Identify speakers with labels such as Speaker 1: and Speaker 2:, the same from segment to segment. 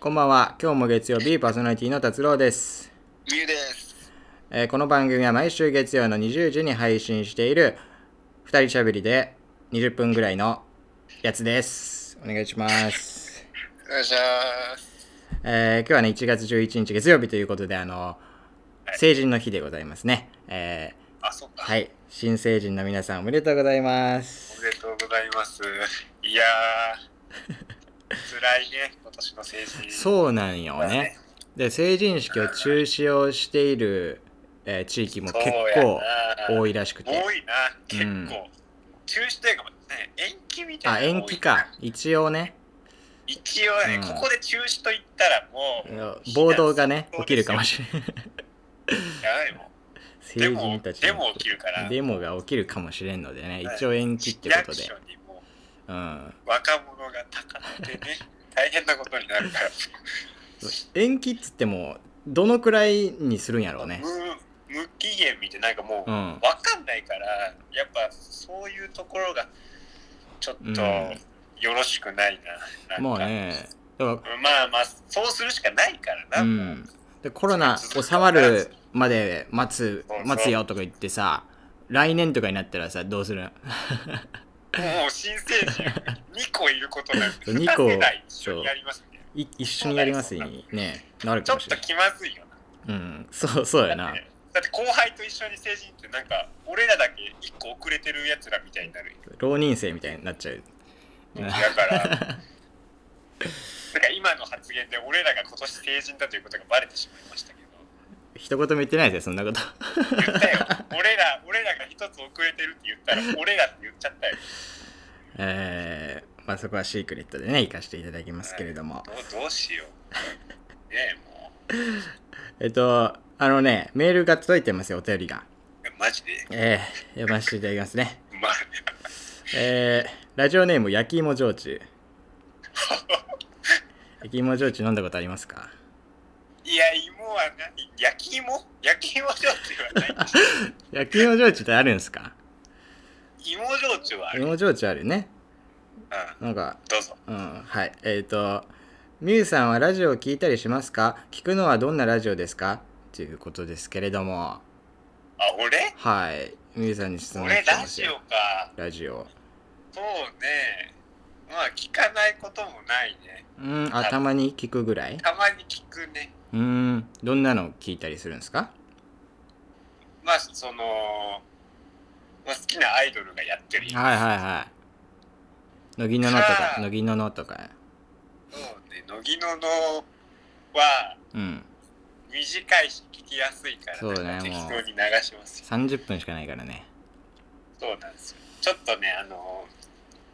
Speaker 1: こんばんは。今日も月曜日パーソナリティの達郎です。
Speaker 2: ゆうです。
Speaker 1: えーこの番組は毎週月曜の20時に配信している二人しゃべりで20分ぐらいのやつです。お願いします。
Speaker 2: お願いします。
Speaker 1: えー今日はね、1月11日月曜日ということで、あの、成人の日でございますね。えー
Speaker 2: あ、そっか。
Speaker 1: はい。新成人の皆さんおめでとうございます
Speaker 2: お。めでとうございます。いや ー、辛いね、今年の成人。
Speaker 1: そうなんよね。で、成人式を中止をしている、えー地域も結構多いらしくて。
Speaker 2: 多いな、結構。
Speaker 1: うん
Speaker 2: 中止というか、ね、延期みた
Speaker 1: あ、
Speaker 2: いな
Speaker 1: 延
Speaker 2: のが多い
Speaker 1: 期か。。一応ね、
Speaker 2: 一応ね、
Speaker 1: うん
Speaker 2: ここで中止と言ったらもう、
Speaker 1: 暴動がね、
Speaker 2: そう
Speaker 1: 起
Speaker 2: です
Speaker 1: きる
Speaker 2: よ
Speaker 1: かもしれない。
Speaker 2: やばいもん。で
Speaker 1: 成人
Speaker 2: も、
Speaker 1: たち
Speaker 2: でも起きるから、
Speaker 1: デモが起きるかもしれんのでね、
Speaker 2: はい
Speaker 1: 一応延期って
Speaker 2: 市
Speaker 1: こ
Speaker 2: 役
Speaker 1: とで
Speaker 2: 所。にも
Speaker 1: うん。
Speaker 2: 若者が高くてね、大変なことになるから。
Speaker 1: 延期っつっても、どのくらいにするんやろうね。
Speaker 2: 無無期限見てなんかもう
Speaker 1: う
Speaker 2: わ
Speaker 1: ん。
Speaker 2: かんないからやっぱそういうところがちょっ
Speaker 1: うん
Speaker 2: とよろしくないな,、
Speaker 1: もう
Speaker 2: なんか
Speaker 1: ね、だか
Speaker 2: まあまあそうするしかないからな、
Speaker 1: ら、うん。で、コロナ収まるまで待つ
Speaker 2: そうそ、う
Speaker 1: 待つよとか言ってさ、来年とかになったらさ、どうするん
Speaker 2: もう新成人2個いることなんて
Speaker 1: そう 二個
Speaker 2: 二世代一緒にやりますね
Speaker 1: い一緒にやりますにね、なる
Speaker 2: ち
Speaker 1: か
Speaker 2: ょ
Speaker 1: も
Speaker 2: っ
Speaker 1: しれ
Speaker 2: と
Speaker 1: ない。
Speaker 2: 気まずいよな
Speaker 1: うん。そう、そうや
Speaker 2: だ
Speaker 1: な
Speaker 2: って。だって後輩と一緒に成人ってなんか俺らだけ1個遅れてるやつらみたいになる
Speaker 1: 浪人生みたいになっちゃう。
Speaker 2: だ から、なんか今の発言で俺らが今年成人だということがバレてしまいましたけど、
Speaker 1: 一言も言ってないですよ、そんなこと。
Speaker 2: 言ったよ、俺ら、俺らが一つ遅れてるって言ったら、俺らって言っちゃったよ。
Speaker 1: えー、まあそこはシークレットでね、行かせていただきますけれども。
Speaker 2: どうどうしよう。ねえ、もう、
Speaker 1: えっと、あのね、メールが届いてますよ、お便りが。
Speaker 2: マジで、
Speaker 1: えー、読ませていただきますね。
Speaker 2: まあ、
Speaker 1: えー、ラジオネーム、焼き芋焼酎。焼き芋焼酎飲んだことありますか
Speaker 2: いや、芋は何焼き芋焼き芋焼酎はない。
Speaker 1: 焼き芋焼酎ってあるんですか
Speaker 2: 芋焼酎はある。うん、
Speaker 1: 芋焼酎あるね。なんか、
Speaker 2: どうぞ。
Speaker 1: うん、はい。えっ、と、みゆさんはラジオを聞いたりしますか聞くのはどんなラジオですかということですけれども。
Speaker 2: あ、俺
Speaker 1: はい。みゆさんに質問
Speaker 2: 俺、
Speaker 1: 来て
Speaker 2: ラ
Speaker 1: ます
Speaker 2: ジオ
Speaker 1: よ。
Speaker 2: か。
Speaker 1: ラジオ。
Speaker 2: そうね。まあ、聞かないこともないね。
Speaker 1: うん、あ、たまに聞くぐらい
Speaker 2: たまに聞くね。
Speaker 1: うん、どんなの聞いたりするんですか
Speaker 2: まあその、まあ、好きなアイドルがやってるや
Speaker 1: はいはいはい。乃木ののと
Speaker 2: さ
Speaker 1: か、
Speaker 2: あ
Speaker 1: 乃木ののとか。
Speaker 2: つそうね乃木ののは
Speaker 1: うん、
Speaker 2: 短いし聞きやすいから
Speaker 1: そうね
Speaker 2: なんか適
Speaker 1: もう
Speaker 2: 当に流しますよ
Speaker 1: 30分しかないからね。
Speaker 2: そうなんですよちょっとねあの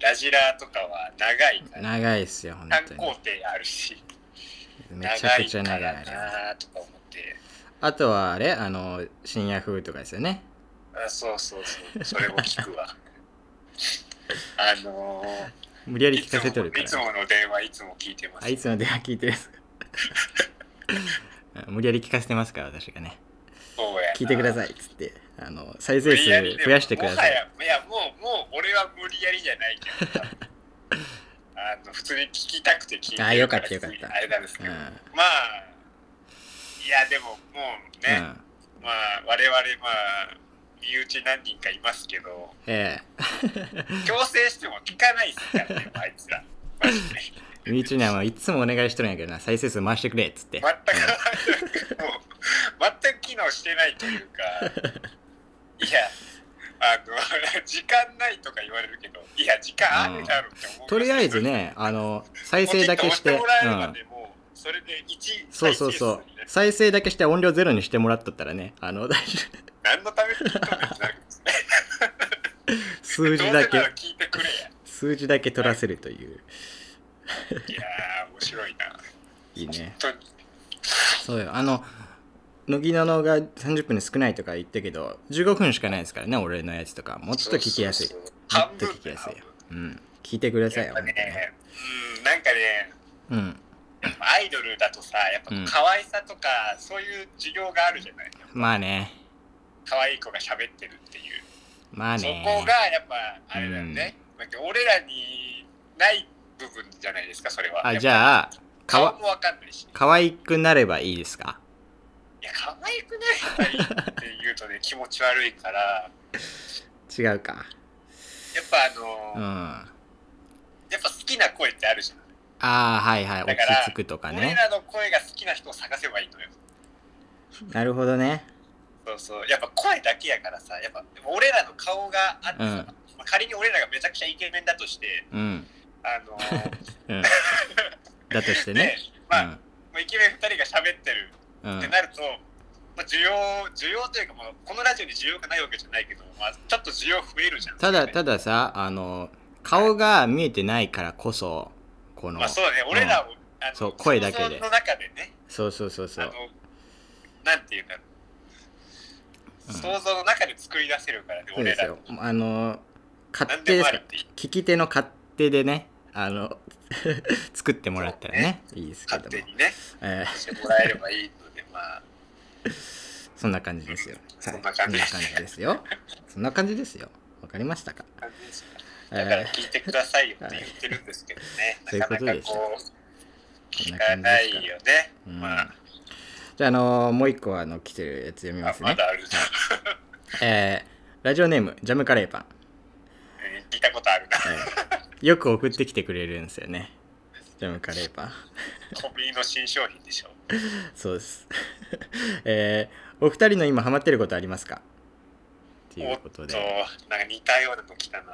Speaker 2: ラジラとかは長いから
Speaker 1: 長いっすよ、本
Speaker 2: 単
Speaker 1: 当
Speaker 2: 工
Speaker 1: に。
Speaker 2: 程あるし
Speaker 1: めちゃ
Speaker 2: 長
Speaker 1: く
Speaker 2: い
Speaker 1: ちゃ
Speaker 2: か
Speaker 1: 長い
Speaker 2: ら
Speaker 1: あれは。
Speaker 2: なとか思って
Speaker 1: あとはあれ、あの、深夜風とかですよね。
Speaker 2: あそうそうそうそれも聞くわ あの
Speaker 1: 無理やり
Speaker 2: い
Speaker 1: 聞
Speaker 2: つ
Speaker 1: かせと
Speaker 2: も
Speaker 1: るか
Speaker 2: いつ
Speaker 1: ら。
Speaker 2: もの電話いつも聞いてます
Speaker 1: あいつの電話聞いてるん ですかうん無理やり聞かせてますから、私がね。
Speaker 2: そうやな
Speaker 1: 聞いてくださいっつって、あの、再生数増やしてください。
Speaker 2: 無理やりでももはやいやもうもう俺は無理やりじゃない けどあの普通に聞きたくて聞いてるら
Speaker 1: あよかったよかった
Speaker 2: 普通にあれなんですけ
Speaker 1: う
Speaker 2: ど、
Speaker 1: ん。う
Speaker 2: まあいやでももうね、
Speaker 1: ん。
Speaker 2: まあ我々まあ身内何人かいますけど
Speaker 1: え
Speaker 2: 強制しても聞かないっすからねあいつらマジで
Speaker 1: え。みちなはいつもお願いしとるんやけどな、再生数回してくれっつって。
Speaker 2: 全くもう全く機能してないという かいやあの 時間ないとか言われるけどいや時間あるだろうって思う
Speaker 1: とりあえずね、あの、再
Speaker 2: ポチ
Speaker 1: 生だ
Speaker 2: ッと
Speaker 1: け
Speaker 2: 押
Speaker 1: し、
Speaker 2: してて
Speaker 1: う
Speaker 2: もらえれば
Speaker 1: ん
Speaker 2: ね。もうそれで1
Speaker 1: そうそうそう
Speaker 2: 再生数にね。
Speaker 1: 再生だけして音量ゼロにしてもらっとったらね、あの、 大丈夫
Speaker 2: 何のために聞いたんだってなるんですね
Speaker 1: 数字だ
Speaker 2: どうせなら
Speaker 1: け、
Speaker 2: 聞いてくれ
Speaker 1: 数字だけ取らせるという。
Speaker 2: やいやー面白いない
Speaker 1: いね。
Speaker 2: 本当に
Speaker 1: そうよ。あの、乃木ののが30分で少ないとか言ったけど、15分しかないですからね、俺のやつとか。もっと聞きやすい。
Speaker 2: そうそうそう
Speaker 1: もっと聞きやすいよ。うん。聞いてください
Speaker 2: や
Speaker 1: よ
Speaker 2: っぱ。ねうんなんかね
Speaker 1: 本当にうん。
Speaker 2: アイドルだとさやっぱ
Speaker 1: うん
Speaker 2: 可愛さとか、そういう授業があるじゃない
Speaker 1: まあね。
Speaker 2: 可愛い子が喋ってるっていう、
Speaker 1: まあ
Speaker 2: そ
Speaker 1: ね。
Speaker 2: こがやっぱあれだよね、なんか俺らにない部分じゃないですかそれは
Speaker 1: あ、じ
Speaker 2: あ
Speaker 1: ゃあ、かわ
Speaker 2: 顔もわかんないし。
Speaker 1: 可愛くなればいいですか
Speaker 2: いや、可愛くないって言うとね、気持ち悪いから、や
Speaker 1: 違うか。
Speaker 2: っぱあの
Speaker 1: う
Speaker 2: ー
Speaker 1: ん。あ
Speaker 2: やっぱ好きな声ってあるじゃん。
Speaker 1: あ、はいはい。落
Speaker 2: だ
Speaker 1: ち
Speaker 2: から
Speaker 1: 着くとか
Speaker 2: 俺
Speaker 1: ね。
Speaker 2: らの声が好きな人を探せばいいのよ。
Speaker 1: なるほどね。
Speaker 2: そうそう。やっぱ声だけやからさ、やっぱでも俺らの顔があって
Speaker 1: う
Speaker 2: さ、
Speaker 1: ん
Speaker 2: まあ仮に俺らがめちゃくちゃイケメンだとして、
Speaker 1: うん。
Speaker 2: あの ー
Speaker 1: うん。だとして
Speaker 2: で、
Speaker 1: ね。
Speaker 2: まあ、もうイケメン2人が喋ってる
Speaker 1: うん。うん
Speaker 2: って。なると、まあ、需要需要というか、まあ、このラジオに需要がないわけじゃないけど、まあ、ちょっと需要増えるじゃん
Speaker 1: ただ、
Speaker 2: ね
Speaker 1: たださ、あの、顔が見えてないからこそ、この、
Speaker 2: まあそうだね俺らを、あの
Speaker 1: そう声だけで
Speaker 2: 想像の中でね
Speaker 1: そうそうそうそ
Speaker 2: あ
Speaker 1: う
Speaker 2: の。なんていうんだろう、
Speaker 1: うん
Speaker 2: 想像の中で作り出せるからね
Speaker 1: そうで
Speaker 2: 俺
Speaker 1: す
Speaker 2: ら
Speaker 1: よ。あの、勝
Speaker 2: 何
Speaker 1: 手
Speaker 2: で
Speaker 1: で
Speaker 2: も
Speaker 1: す
Speaker 2: あ
Speaker 1: か
Speaker 2: るっていい
Speaker 1: 聞き手の勝手でね、あの、 作ってもらったらね、いいですけど
Speaker 2: 勝
Speaker 1: も
Speaker 2: 手。にね
Speaker 1: えー
Speaker 2: してもらえればいいのでまあ
Speaker 1: そんな感じですよ。はい
Speaker 2: そんな感じ
Speaker 1: そんな感じですよ。そんな感じですよ。わかりましたか、
Speaker 2: 感じですねだから
Speaker 1: え
Speaker 2: 聞いてくださいよって言ってるんですけどね、
Speaker 1: はい
Speaker 2: なか
Speaker 1: そうい
Speaker 2: な
Speaker 1: う
Speaker 2: か
Speaker 1: こと
Speaker 2: こう
Speaker 1: こん
Speaker 2: 聞
Speaker 1: な
Speaker 2: か
Speaker 1: 感じ
Speaker 2: な
Speaker 1: で
Speaker 2: い
Speaker 1: すか
Speaker 2: よね、
Speaker 1: ーうん、じ
Speaker 2: まあ
Speaker 1: ゃあ、あのーもう一個あの来てるやつ読みま
Speaker 2: あ
Speaker 1: す
Speaker 2: ま
Speaker 1: ね。
Speaker 2: だあるな
Speaker 1: えーラジオネーム、ジャムカレーパン、
Speaker 2: うん聞いたことあるな
Speaker 1: えーよく送ってきてくれるんですよね。ジャムカレーパン。
Speaker 2: コンビニの新商品でしょ
Speaker 1: そうです。 えーお二人の今ハマってることありますかってい
Speaker 2: お
Speaker 1: う
Speaker 2: っ
Speaker 1: ことと
Speaker 2: なんか
Speaker 1: で、
Speaker 2: 似たようなの来たな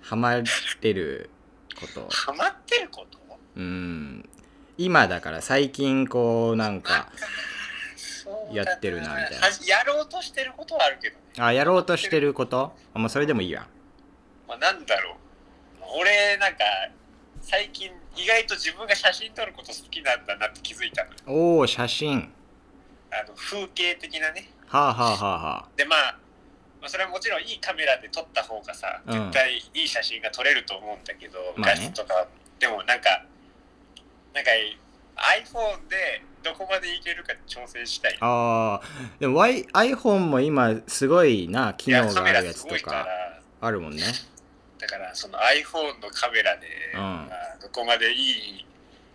Speaker 1: ハマってること。
Speaker 2: ハマってること
Speaker 1: うん。今だから最近こうなんか、
Speaker 2: そう
Speaker 1: や
Speaker 2: だ
Speaker 1: ってるなみたいな
Speaker 2: はじやろうとしてることはあるけどね、
Speaker 1: あ、やろうとしてることあもうそれでもいいや。
Speaker 2: まあ、なんだろう俺なんか最近意外と自分が写真撮ること好きなんだなって気づいたのよ
Speaker 1: おお、写真。
Speaker 2: あの風景的なね
Speaker 1: はあはあはあは
Speaker 2: でまあまあそれはもちろんいいカメラで撮った方がさ、
Speaker 1: うん
Speaker 2: 絶対いい写真が撮れると思うんだけど、
Speaker 1: まあ
Speaker 2: 画
Speaker 1: ね
Speaker 2: 質とかはでもなんかなんか iPhone でどこまでいけるか調整したい
Speaker 1: あ。あーでも Y- iPhone も今すごいな、機
Speaker 2: いや
Speaker 1: 能
Speaker 2: カ
Speaker 1: が
Speaker 2: メ
Speaker 1: あ
Speaker 2: ラ
Speaker 1: るやつ
Speaker 2: すご
Speaker 1: と
Speaker 2: いから
Speaker 1: かあるもんね。
Speaker 2: だからその iPhone のカメラで、
Speaker 1: うん
Speaker 2: まあどこまでいい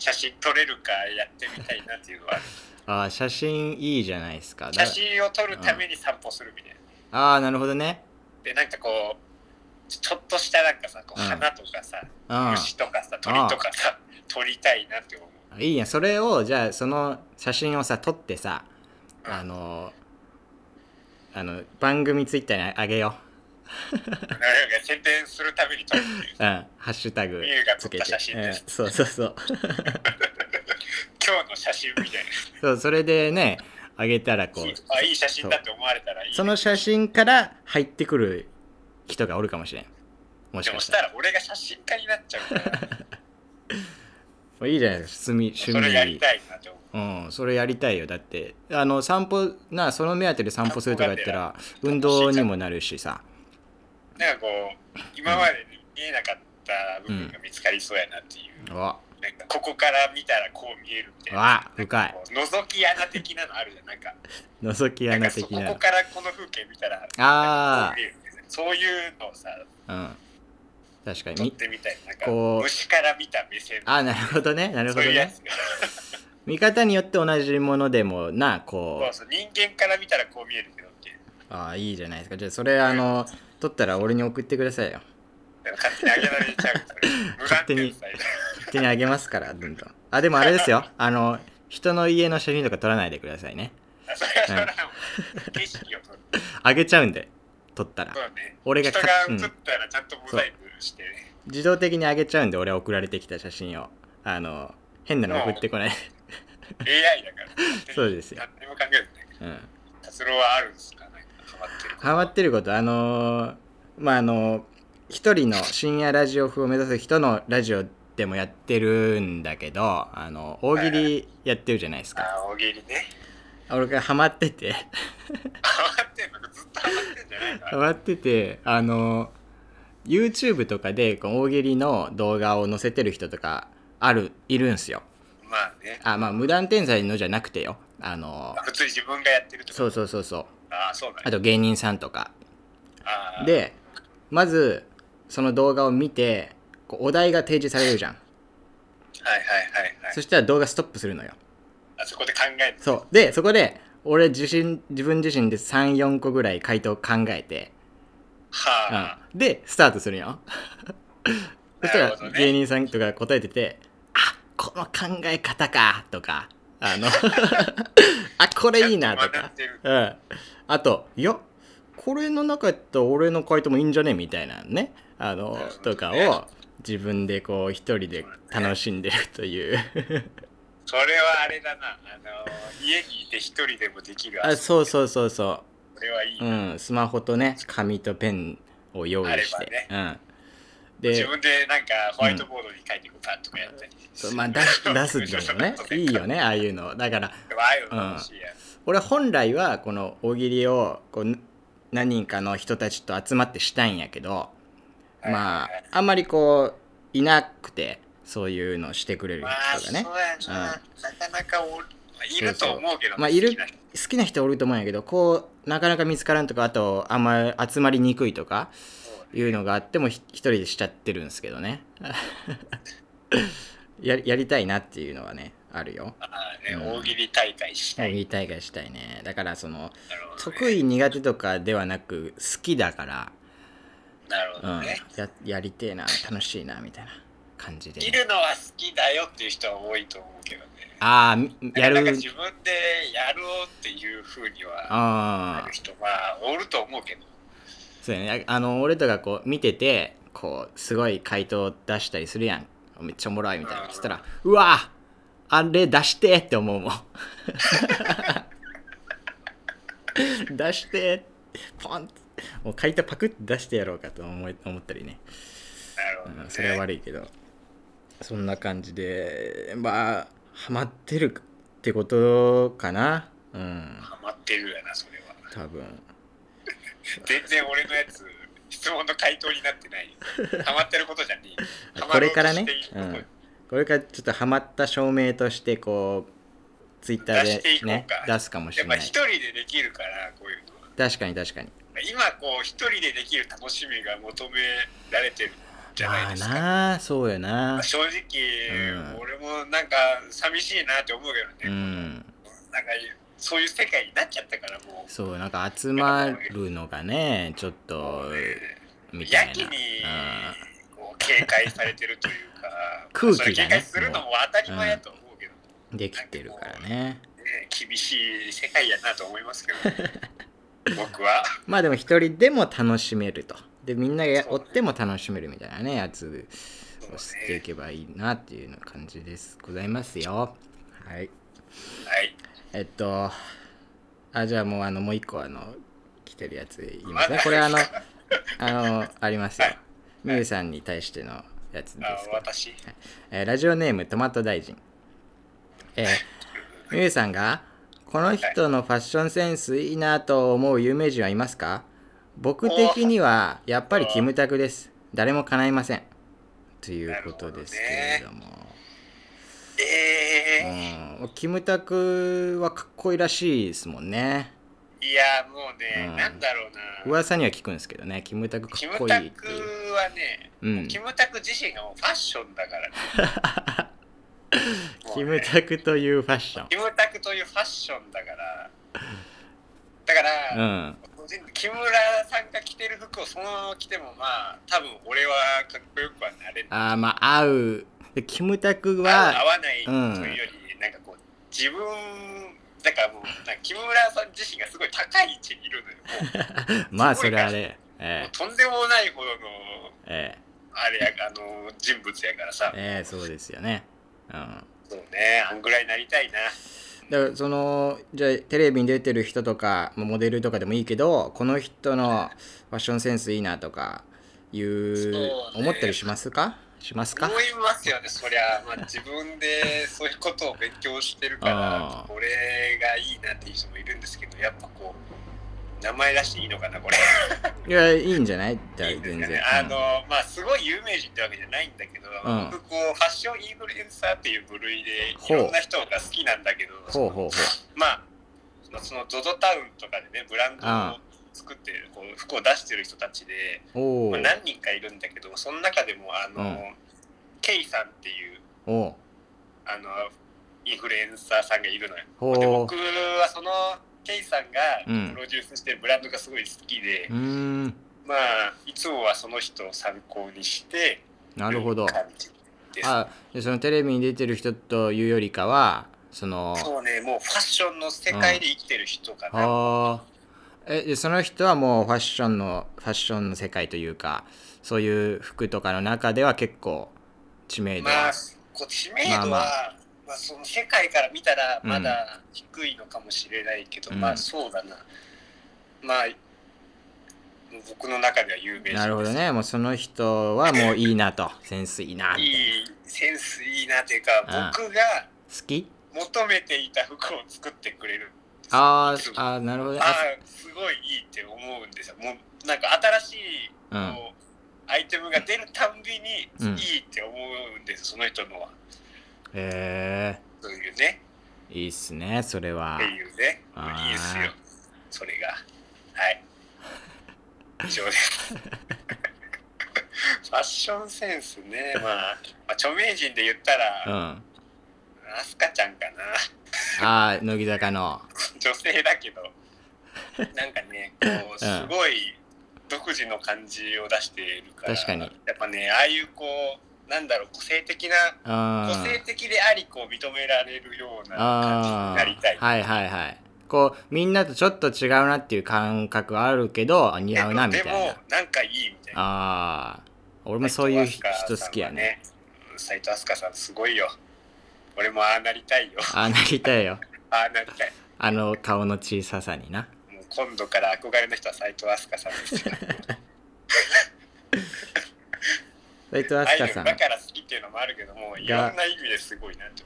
Speaker 2: 写真撮れるかやってみたいなっていうのはある
Speaker 1: ああ、写真いいじゃないですか。だ
Speaker 2: 写真を撮るために散歩するみたいな、
Speaker 1: ああ、なるほどね。
Speaker 2: でなんかこうちょっとしたなんかさこう
Speaker 1: うん
Speaker 2: 花とかさ、
Speaker 1: うん。
Speaker 2: 虫とかさ鳥とかさ、撮りたいなって思う
Speaker 1: いいやんそれをじゃあその写真をさ撮ってさ
Speaker 2: うん
Speaker 1: あのあの番組ツイッターにあげよ
Speaker 2: なんか宣伝するために撮るっていう
Speaker 1: う、うん、ハッシュタグ
Speaker 2: ミユが撮
Speaker 1: つ
Speaker 2: っ
Speaker 1: け
Speaker 2: た
Speaker 1: て
Speaker 2: 写真です
Speaker 1: うん、そうそうそう
Speaker 2: 今日の写真みたいな
Speaker 1: そうそれでねあげたらこう
Speaker 2: あいい写真だって思われたらいいね
Speaker 1: その写真から入ってくる人がおるかもしれんもし
Speaker 2: で
Speaker 1: か
Speaker 2: も
Speaker 1: し
Speaker 2: したた
Speaker 1: ら
Speaker 2: ら俺が写真家になっちゃうから
Speaker 1: もういいじゃないですか趣味
Speaker 2: そ
Speaker 1: 趣
Speaker 2: れやり
Speaker 1: 味
Speaker 2: たいなって思う
Speaker 1: うん、それやりたいよだってあの散歩なその目当てで散歩するとかやったら運動にもなるしさ
Speaker 2: なんかこう今まで見えなかった部分が見つかりそうやなっていう、
Speaker 1: うわ
Speaker 2: なんかここから見たらこう見えるみたいな
Speaker 1: わ深い
Speaker 2: こう覗き穴的なのあるじゃんなんか
Speaker 1: 覗き
Speaker 2: なん
Speaker 1: 穴
Speaker 2: かそ
Speaker 1: 的
Speaker 2: こ
Speaker 1: な
Speaker 2: こからこの風景見たらこ
Speaker 1: あ
Speaker 2: う見えるみたいなそういうのをさ
Speaker 1: あうん確かに
Speaker 2: 撮っ
Speaker 1: み
Speaker 2: てみたいなんか
Speaker 1: こう
Speaker 2: 虫から見た目線
Speaker 1: ああなるほどねなるほ
Speaker 2: そう
Speaker 1: ど
Speaker 2: いうや
Speaker 1: ね
Speaker 2: つ
Speaker 1: 見方によって同じものでもなこ
Speaker 2: そ
Speaker 1: う
Speaker 2: うそう人間から見たらこう見えるけどって
Speaker 1: ああいいじゃないですかじゃあそれあの撮ったら俺に送ってくださいよ
Speaker 2: 勝手にあげられちゃうそれ無断
Speaker 1: 勝手に
Speaker 2: 転載だ
Speaker 1: 勝手にあげますからどんどんあでもあれですよあの人の家の写真とか撮らないでくださいね
Speaker 2: あそれはそれはもう景色を撮る
Speaker 1: あげちゃうんで撮ったら
Speaker 2: そうね
Speaker 1: 俺が
Speaker 2: 人
Speaker 1: 勝
Speaker 2: が
Speaker 1: うん
Speaker 2: 映ったらちゃんとモザイクしてね
Speaker 1: 自動的にあげちゃうんで俺は送られてきた写真をあの変なの送ってこない
Speaker 2: AI だから
Speaker 1: そうですよ
Speaker 2: 何でも考えるね
Speaker 1: うん
Speaker 2: 達郎はあるんですかなんかハマってる
Speaker 1: ハマってることあのーまああのー一人の深夜ラジオ風を目指す人のラジオでもやってるんだけどあの大喜利やってるじゃないですか
Speaker 2: あ大喜利 ね
Speaker 1: 俺がハマってて
Speaker 2: ハマってんのかずっとハマってんじゃない
Speaker 1: ハ
Speaker 2: か
Speaker 1: マっててあのー YouTube とかでこう大喜利の動画を載せてる人とかあるいるんすよ
Speaker 2: まあね
Speaker 1: あまあ無断転載のじゃなくてよあのー
Speaker 2: 普通に自分がやってるってこと
Speaker 1: そうそうそうそう
Speaker 2: ああそうだ
Speaker 1: あ
Speaker 2: ね
Speaker 1: と芸人さんとか
Speaker 2: あー
Speaker 1: でまずその動画を見てこうお題が提示されるじゃん
Speaker 2: はいはいはい。
Speaker 1: そしたら動画ストップするのよ
Speaker 2: あそこで考えて。
Speaker 1: そうでそこで俺自身自分自身で34個ぐらい回答考えて、
Speaker 2: はあ。
Speaker 1: うん、でスタートする よそした
Speaker 2: なるほ
Speaker 1: ら
Speaker 2: どね
Speaker 1: 芸人さんとか答えてて「あこの考え方か」とか「あの あこれいいな」と
Speaker 2: ちゃんと
Speaker 1: か
Speaker 2: 学んでる、
Speaker 1: うん、あと「いやこれの中やったら俺の回答もいいんじゃね?」みたいなねあの
Speaker 2: なるほど
Speaker 1: と
Speaker 2: ね
Speaker 1: かを自分でこう一人で楽しんでるという
Speaker 2: それはあれだな。あの、家にいて一人でもできる。
Speaker 1: あそうそうそうそう
Speaker 2: それはいいうな。
Speaker 1: ん、スマホとね紙とペンを用意して、
Speaker 2: あれ
Speaker 1: うん、で
Speaker 2: 自分でなんかホワイトボードに書いてこうパッとかやったり。
Speaker 1: そうまあ出す出すっていうのも ねいいよねああいうのだから
Speaker 2: でもああいうの楽しいやん。
Speaker 1: 俺本来はこの大喜利をこう何人かの人たちと集まってしたいんやけど、
Speaker 2: はい
Speaker 1: まああんまりこういなくてそういうのしてくれる
Speaker 2: まあ、
Speaker 1: 人
Speaker 2: そ
Speaker 1: が
Speaker 2: う
Speaker 1: ね、
Speaker 2: やな。なかなかおるいると思うけど、
Speaker 1: まあいる
Speaker 2: 好きな人
Speaker 1: 好きな人おると思うんやけどこうなかなか見つからんとかあとあんまり集まりにくいとか
Speaker 2: そう
Speaker 1: いうのがあってもひ一人でしちゃってるんですけど ねややりたいなっていうのはねあるよ
Speaker 2: ああね、
Speaker 1: うん
Speaker 2: 大喜利大会したい。
Speaker 1: 言いたいがしたいねだからその
Speaker 2: なるほどね
Speaker 1: 得意苦手とかではなく好きだから、
Speaker 2: なるほ
Speaker 1: う
Speaker 2: ど
Speaker 1: ん
Speaker 2: ね。、
Speaker 1: ややりてえな楽しいなみたいな感じでね、
Speaker 2: いるのは好きだよっていう人は多いと思うけどね。
Speaker 1: ああみや
Speaker 2: なかなか
Speaker 1: る
Speaker 2: 自分でやろうっていうふうにはあ
Speaker 1: ああ
Speaker 2: る人はおると思うけど。
Speaker 1: そうやねあの俺とかこう見ててこうすごい回答出したりするやんめっちゃおもろいみたいなそしたらうわあれ出してって思う もん出してポンってもう回答パクって出してやろうかと思い思ったりね、
Speaker 2: なるほど、
Speaker 1: う
Speaker 2: ね
Speaker 1: ん、それは悪いけどそんな感じでまあハマってるってことかなうん
Speaker 2: ハマってるやな、それは。
Speaker 1: 多分
Speaker 2: 全然俺のやつ、質問の回答になってない よ。ハマってることじゃねえよ。
Speaker 1: これからね、う
Speaker 2: ハマろうとしてい
Speaker 1: ん
Speaker 2: る、
Speaker 1: これからちょっとハマった証明としてこうツイッター
Speaker 2: 出してい
Speaker 1: で
Speaker 2: こ
Speaker 1: ね
Speaker 2: うか
Speaker 1: 出すかもし
Speaker 2: や
Speaker 1: れ
Speaker 2: っぱ
Speaker 1: ない
Speaker 2: 一人でできるから、こういうのは。
Speaker 1: 確かに確かに
Speaker 2: 今こう一人でできる楽しみが求められてるじゃない
Speaker 1: ま
Speaker 2: で
Speaker 1: あ
Speaker 2: すか。
Speaker 1: なあそうよな
Speaker 2: 正直、
Speaker 1: うん
Speaker 2: 俺もなんか寂しいなって思うけ
Speaker 1: う
Speaker 2: どね、
Speaker 1: ん
Speaker 2: なんかそういう世界になっちゃったからもう
Speaker 1: そうなんか集まるのがねちょっとみた
Speaker 2: や
Speaker 1: い
Speaker 2: けに
Speaker 1: な、
Speaker 2: こう警戒されてるというか
Speaker 1: 空気がね
Speaker 2: それ警戒するのも当たり前やと思うけど、
Speaker 1: うん、できてるからね
Speaker 2: ね、厳しい世界やなと思いますけど、 僕は
Speaker 1: まあでも一人でも楽しめるとでみんなが追っても楽しめるみたいなねやつ
Speaker 2: そう
Speaker 1: をしてい
Speaker 2: ね
Speaker 1: けばいいなっていうような感じですございますよはい
Speaker 2: はい
Speaker 1: えっと、あ、じゃあもうあの、もう一個あの、来てるやつ言いますね。
Speaker 2: まだ
Speaker 1: これあの、あの、ありますよ。みゆさんに対してのやつで
Speaker 2: あ
Speaker 1: すけど、
Speaker 2: 私
Speaker 1: えーラジオネームトマト大臣。えー、みゆさんが、この人のファッションセンスいいなと思う有名人はいますか僕的には、やっぱりキムタクです。誰も叶いません。ということですけれども。
Speaker 2: え
Speaker 1: うん、キムタクはかっこいいらしいですもんね
Speaker 2: ー、いやもうね、
Speaker 1: うん
Speaker 2: なんだろうな
Speaker 1: 噂には聞くんですけどねキムタクか
Speaker 2: キ
Speaker 1: っ
Speaker 2: ム
Speaker 1: こい
Speaker 2: タ
Speaker 1: いっ
Speaker 2: ク
Speaker 1: ていう、
Speaker 2: はね
Speaker 1: うん、
Speaker 2: キムタク自身がもうファッションだから、ね、
Speaker 1: キムタクというファッション
Speaker 2: キムタクというファッションだからだから、
Speaker 1: うん
Speaker 2: 木村さんが着てる服をそのまま着てもまあ多分俺はかっこよくはなれない
Speaker 1: あーまあ合うでキムタク
Speaker 2: 合
Speaker 1: は
Speaker 2: わないというより、なんかこう自分だからもうなんか木村さん自身がすごい高い位置にいるのよ
Speaker 1: まあそれはね
Speaker 2: も
Speaker 1: え
Speaker 2: うとんでもないほどの
Speaker 1: ええ
Speaker 2: あれやあの人物やからさ
Speaker 1: えええそうですよねうん
Speaker 2: そうねあんぐらいになりたいな
Speaker 1: だからそのじゃあテレビに出てる人とかまあモデルとかでもいいけどこの人のファッションセンスいいなとかいう
Speaker 2: そうね
Speaker 1: 思ったりしますかしますか
Speaker 2: 思いますよねそりゃ、まあ、自分でそういうことを勉強してるか
Speaker 1: あ
Speaker 2: ら
Speaker 1: ー
Speaker 2: これがいいなっていう人もいるんですけどやっぱこう名前らしいいいのかなこれ
Speaker 1: いや、いいんじゃないだ
Speaker 2: いいんです
Speaker 1: 全
Speaker 2: か
Speaker 1: 然。
Speaker 2: ねあのまあすごい有名人ってわけじゃないんだけど、
Speaker 1: うん
Speaker 2: 僕こうファッションインフルエンサーっていう部類でい
Speaker 1: ほう
Speaker 2: ろんな人が好きなんだけど
Speaker 1: うんほうほうほう。
Speaker 2: まあそのその ZOZO タウンとかでねブランドを作ってるこう服を出してる人たちで、
Speaker 1: お
Speaker 2: ま
Speaker 1: お
Speaker 2: あ、。何人かいるんだけどその中でもあの、
Speaker 1: うん
Speaker 2: ケイさんっていう
Speaker 1: お
Speaker 2: あのインフルエンサーさんがいるのよ
Speaker 1: ほう
Speaker 2: で僕はそのケイさんが
Speaker 1: うん
Speaker 2: プロデュースしてるブランドがすごい好きで、
Speaker 1: うーん
Speaker 2: まあいつもはその人を参考にして
Speaker 1: なるほど
Speaker 2: 感じです
Speaker 1: あでそのテレビに出てる人というよりかはその
Speaker 2: そうねもうファッションの世界で生きてる人かな、
Speaker 1: あーえでその人はもうファッションのファッションの世界というかそういう服とかの中では結構知名度
Speaker 2: ま
Speaker 1: は
Speaker 2: あこう知名度は、
Speaker 1: まあ
Speaker 2: まあ
Speaker 1: ま
Speaker 2: その世界から見たら
Speaker 1: うん
Speaker 2: まだ低いのかもしれないけど、
Speaker 1: うん
Speaker 2: まあそうだなまあ僕の中では有名人です
Speaker 1: なるほどねもうその人はもういいなとセンスいいなみた
Speaker 2: い
Speaker 1: いない
Speaker 2: センスいいなっていうか
Speaker 1: ああ
Speaker 2: 僕が
Speaker 1: 好き
Speaker 2: 求めていた服を作ってくれる
Speaker 1: あ
Speaker 2: そう
Speaker 1: ーあーなるほどね
Speaker 2: ああすごいいいって思うんですよもうなんか新しい
Speaker 1: うん
Speaker 2: こうアイテムが出るたんびに
Speaker 1: うん
Speaker 2: いいって思うんです、その人のは
Speaker 1: へ
Speaker 2: そういうね
Speaker 1: えいいっすねそれは
Speaker 2: っていうね
Speaker 1: あー
Speaker 2: いいですよそれがはい以上で すファッションセンスねまあ、まあ、著名人で言った
Speaker 1: うん
Speaker 2: ら、
Speaker 1: あ
Speaker 2: アスカちゃんかな
Speaker 1: あー乃木坂の
Speaker 2: 女性だけどなんかねこうす
Speaker 1: うん
Speaker 2: ごい独自の感じを出しているから
Speaker 1: 確かに
Speaker 2: やっぱねああいうこうなんだろう個性的な
Speaker 1: うん
Speaker 2: 個性的でありこう認められるような感じになりたい
Speaker 1: はいはいはいこうみんなとちょっと違うなっていう感覚はあるけどあ似合うなみたい
Speaker 2: で
Speaker 1: な
Speaker 2: もなんかいいみたいな
Speaker 1: ああ俺もそういう人
Speaker 2: 斉藤飛鳥さんは
Speaker 1: 好きやね
Speaker 2: うん斉藤飛鳥さんすごいよ俺もああなりたいよ
Speaker 1: ああなりたいよ
Speaker 2: ああなりたい
Speaker 1: あの顔の小ささにな
Speaker 2: もう今度から憧れの人は斉藤飛鳥さんですよ
Speaker 1: 斉藤飛
Speaker 2: アイド
Speaker 1: 鳥
Speaker 2: ル
Speaker 1: さん
Speaker 2: だから好きっていうのもあるけどもいろんな意味ですごいなと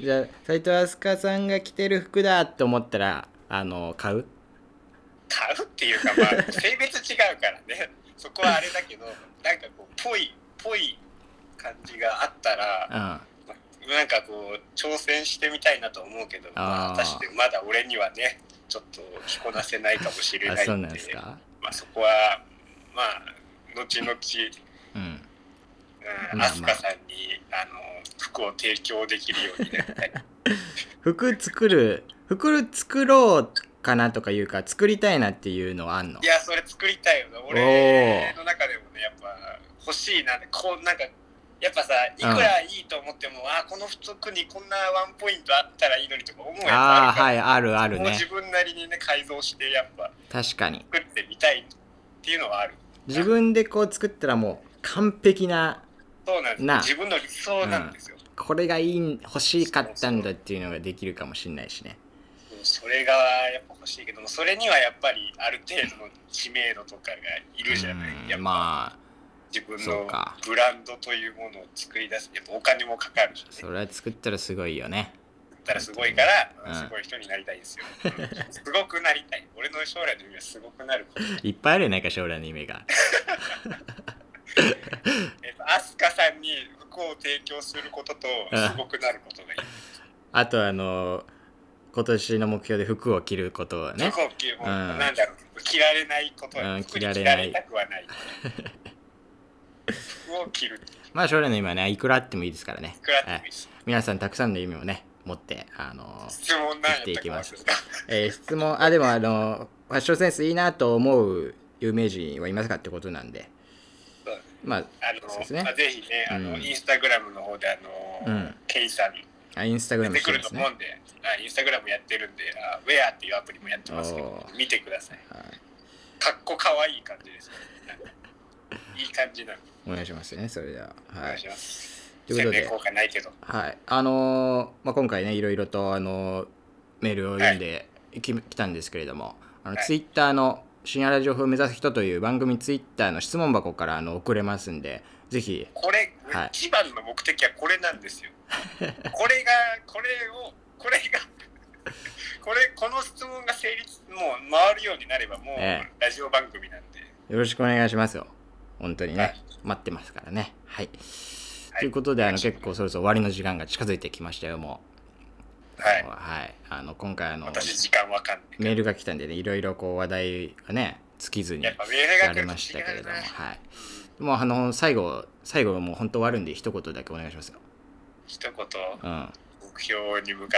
Speaker 1: じゃあ斉藤飛鳥さんが着てる服だって思ったらあの買う
Speaker 2: 買うっていうかまあ 性別違うからね そこはあれだけどなんかこうぽいぽい感じがあったら
Speaker 1: うん
Speaker 2: なんかこう挑戦してみたいなと思うけどまあ
Speaker 1: あー
Speaker 2: 果たしてまだ俺にはねちょっと着こなせないかもしれな
Speaker 1: あ
Speaker 2: いんで
Speaker 1: そうなんですか
Speaker 2: まあ、そこはまあ後々、う
Speaker 1: うん
Speaker 2: ん、
Speaker 1: まあまあ
Speaker 2: アスカさんにあの服を提供できるようになりたい
Speaker 1: 服作る服作ろうかなとかいうか作りたいなっていうのはあんの
Speaker 2: いやそれ作りたいよな俺の中でもねやっぱ欲しいなこうなんかやっぱさいくらいいと思っても、あこの服にこんなワンポイントあったらいいのにとか思うやつ
Speaker 1: ああ
Speaker 2: あるから
Speaker 1: はいあるある
Speaker 2: もう
Speaker 1: ね
Speaker 2: 自分なりにね改造してやっぱ
Speaker 1: 確かに
Speaker 2: 作ってみたいっていうのはある
Speaker 1: 自分でこう作ったらもう完璧な
Speaker 2: そうなんです
Speaker 1: なあ
Speaker 2: 自分の理想なんですよ、
Speaker 1: これがいいん欲しかったんだっていうのができるかもしれないしね
Speaker 2: もうそれがやっぱ欲しいけどもそれにはやっぱりある程度の知名度とかがいるじゃない、
Speaker 1: うん
Speaker 2: やっぱ
Speaker 1: まあ
Speaker 2: 自分
Speaker 1: そう
Speaker 2: の
Speaker 1: か
Speaker 2: ブランドというものを作り出すやっぱお金もかかるし、ね、
Speaker 1: それは作ったらすごいよね
Speaker 2: だったらすごいから、
Speaker 1: うん
Speaker 2: すごい人になりたいですよ、うんすごくなりたい俺の将来の夢はすごくなること
Speaker 1: いっぱいあるやないか将来の夢が
Speaker 2: えっとアスカさんに服を提供することと
Speaker 1: うん
Speaker 2: すごくなることがいい
Speaker 1: あとあの今年の目標で服を着ることをね
Speaker 2: 服を着
Speaker 1: う
Speaker 2: もう
Speaker 1: ん
Speaker 2: なんだろう着られないこと
Speaker 1: うん
Speaker 2: 服
Speaker 1: 着
Speaker 2: に着
Speaker 1: ら
Speaker 2: ら
Speaker 1: れない
Speaker 2: れたくはない服を着るってい
Speaker 1: まあ将来の夢はねいくらあってもいいですからね
Speaker 2: くらで
Speaker 1: は
Speaker 2: もいい
Speaker 1: い
Speaker 2: です
Speaker 1: 皆さんたくさんの夢をね持ってあの
Speaker 2: 質問なんやったか忘れ
Speaker 1: 生き
Speaker 2: た
Speaker 1: えー質問あでもあのファッションセンスいいなと思う有名人はいますかってことなんで
Speaker 2: そうだね
Speaker 1: まあ
Speaker 2: あ
Speaker 1: そうです
Speaker 2: の、
Speaker 1: ね
Speaker 2: まあ、ぜひね、あの、
Speaker 1: うん
Speaker 2: インスタグラムの方で、あの、
Speaker 1: うん
Speaker 2: ケイさん
Speaker 1: あインスタグラ
Speaker 2: 出
Speaker 1: ム
Speaker 2: て
Speaker 1: して
Speaker 2: く
Speaker 1: るんで
Speaker 2: ると
Speaker 1: す
Speaker 2: 思
Speaker 1: ね
Speaker 2: うんで、あインスタグラムやってるんで、あウェアっていうアプリもやってますけ
Speaker 1: お
Speaker 2: ど
Speaker 1: ー、
Speaker 2: 見てください。
Speaker 1: はい
Speaker 2: かっこかわいい感じです、ね。なんかいい感じなの。
Speaker 1: お願いしますねそれでは
Speaker 2: お
Speaker 1: は
Speaker 2: 願い
Speaker 1: い
Speaker 2: します。
Speaker 1: ということ
Speaker 2: 宣
Speaker 1: で
Speaker 2: 伝効果ないけど。
Speaker 1: はい、あのーまあ、今回ねいろいろと、あのーメールを読んでき,、たんですけれどもあの、
Speaker 2: はい
Speaker 1: ツイッターの「深夜ラジオ風を目指す人」という番組ツイッターの質問箱からあの送れますんでぜひ
Speaker 2: これ、
Speaker 1: はい
Speaker 2: 一番の目的はこれな んですよ。これが、これを、これが。 これこの質問が成立もう回るようになればもう
Speaker 1: ええ
Speaker 2: ラジオ番組なんで、
Speaker 1: よろしくお願いしますよ本当にね、
Speaker 2: はい
Speaker 1: 待ってますからねはい、
Speaker 2: はい
Speaker 1: ということであの結構そろそろ終わりの時間が近づいてきましたよもう
Speaker 2: はい
Speaker 1: はいあの今回あの
Speaker 2: 私時間わかんない
Speaker 1: メールが来たんでねいろいろこう話題がね尽きずに
Speaker 2: やっぱメール
Speaker 1: やれ
Speaker 2: が来ると
Speaker 1: ましたけれ
Speaker 2: 違う
Speaker 1: ど
Speaker 2: な
Speaker 1: もはいもうあの最後最後もう本当終わるんで一言だけお願いしますよ
Speaker 2: 一言
Speaker 1: うん
Speaker 2: 目標に向か